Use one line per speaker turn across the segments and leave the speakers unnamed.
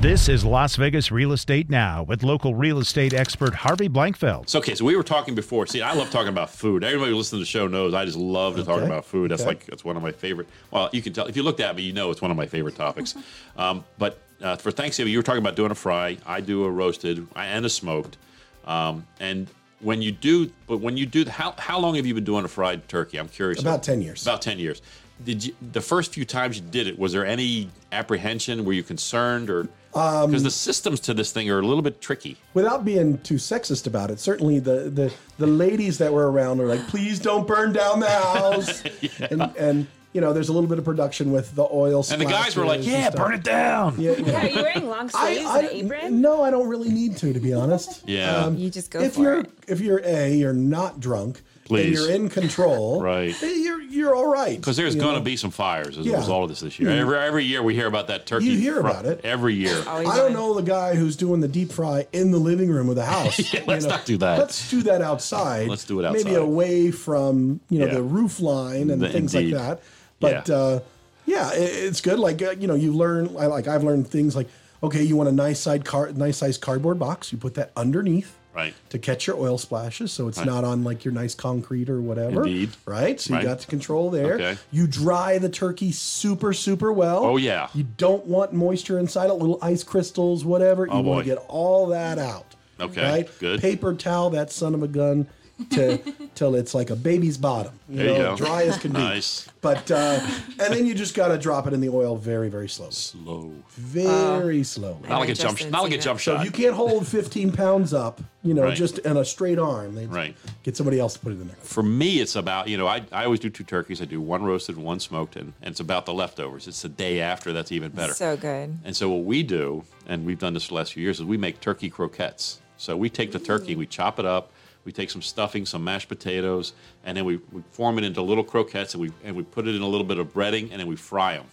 This is Las Vegas Real Estate Now with local real estate expert Harvey Blankfeld.
So, okay, so we were talking before. See, I love talking about food. Everybody who listens to the show knows I just love to talk
Okay.
about food. That's
Okay.
like that's one of my favorite. Well, you can tell if you looked at me, you know it's one of my favorite topics. um, but uh, for Thanksgiving, you were talking about doing a fry. I do a roasted I- and a smoked. Um, and when you do, but when you do, how how long have you been doing a fried turkey? I'm curious.
About 10 years.
About ten years. Did you, the first few times you did it? Was there any apprehension? Were you concerned or? Because the systems to this thing are a little bit tricky.
Without being too sexist about it, certainly the, the, the ladies that were around were like, please don't burn down the house. and, and, you know, there's a little bit of production with the oil.
And the guys were like,
splashes and
Yeah,
stuff.
burn it down.
Yeah, yeah.
Are you wearing long sleeves and an apron?
No, I don't really need to, to be honest.
Yeah.
You just go
if
for
you're
it.
if you're a, you're not drunk.
Please.
And you're in control.
Right.
then You're you're all right.
Because there's
you
going to
know?
be some fires as a
Yeah. Mm-hmm.
result of this this year. Every, every year we hear about that turkey.
You hear
fry-
about it.
every year.
Always
I don't
on.
know the guy who's doing the deep fry in the living room of the house.
Yeah, let's not do that.
Let's do that outside.
Let's do it outside.
Maybe away from you know
Yeah.
the roof line and
The-
things
indeed.
like that. But
Yeah.
uh, yeah, it, it's good. Like uh, you know, you learn. I like I've learned things like okay, you want a nice side car, nice size cardboard box. You put that underneath.
Right.
To catch your oil splashes, so it's not on like your nice concrete or whatever.
Indeed.
Right. So you
Right.
got to control there.
Okay.
You dry the turkey super, super well.
Oh, yeah.
You don't want moisture inside it, little ice crystals, whatever.
Oh,
you want
boy.
to get all that out.
Okay,
Right?
good.
Paper towel, that son of a gun, to, till it's like a baby's bottom. You
There you
know,
go.
Dry as can be.
Nice.
But, uh, and then you just got to drop it in the oil very, very slowly.
Low.
Very slowly.
Not like a
just
jump.
didn't
Not like
see
a jump
that.
So
shot.
you can't hold 15 pounds up, you know,
Right.
just in a straight arm. They
Right.
Get somebody else to put it in there.
For me, it's about you know I, I always do two turkeys. I do one roasted, one smoked, and, and it's about the leftovers. It's the day after that's even better.
So good.
And so what we do, and we've done this the last few years, is we make turkey croquettes. So we take the
Mm.
turkey, we chop it up, we take some stuffing, some mashed potatoes, and then we, we form it into little croquettes, and we and we put it in a little bit of breading, and then we fry them.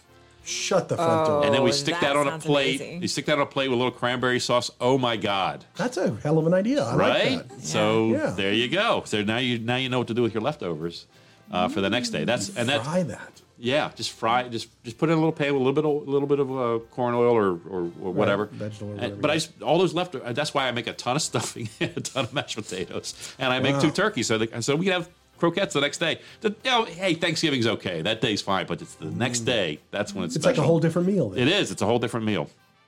Shut the front door.
And then we
Oh,
stick
that
that, on a
sounds
plate.
amazing.
You stick that on a plate with a little cranberry sauce. Oh my God!
That's a hell of an idea. I
Right?
like that.
So
Yeah.
there you go. So now you now you know what to do with your leftovers uh, for the next
Mm,
day. That's and that's
Try that.
yeah. Just fry. Just just put it in a little pan with a little bit of, little bit of uh, corn oil or or, or whatever.
vegetable or
And-
whatever
but
you
I just, all those leftovers. That's why I make a ton of stuffing, and a ton of mashed potatoes, and I make two
Wow.
turkeys. So the, so we can have croquettes the next day. The, you know, hey, Thanksgiving's okay. That day's fine, but it's the next day. That's when it's
Mm. It's
special.
like a whole different meal. Then.
It is. It's a whole different meal.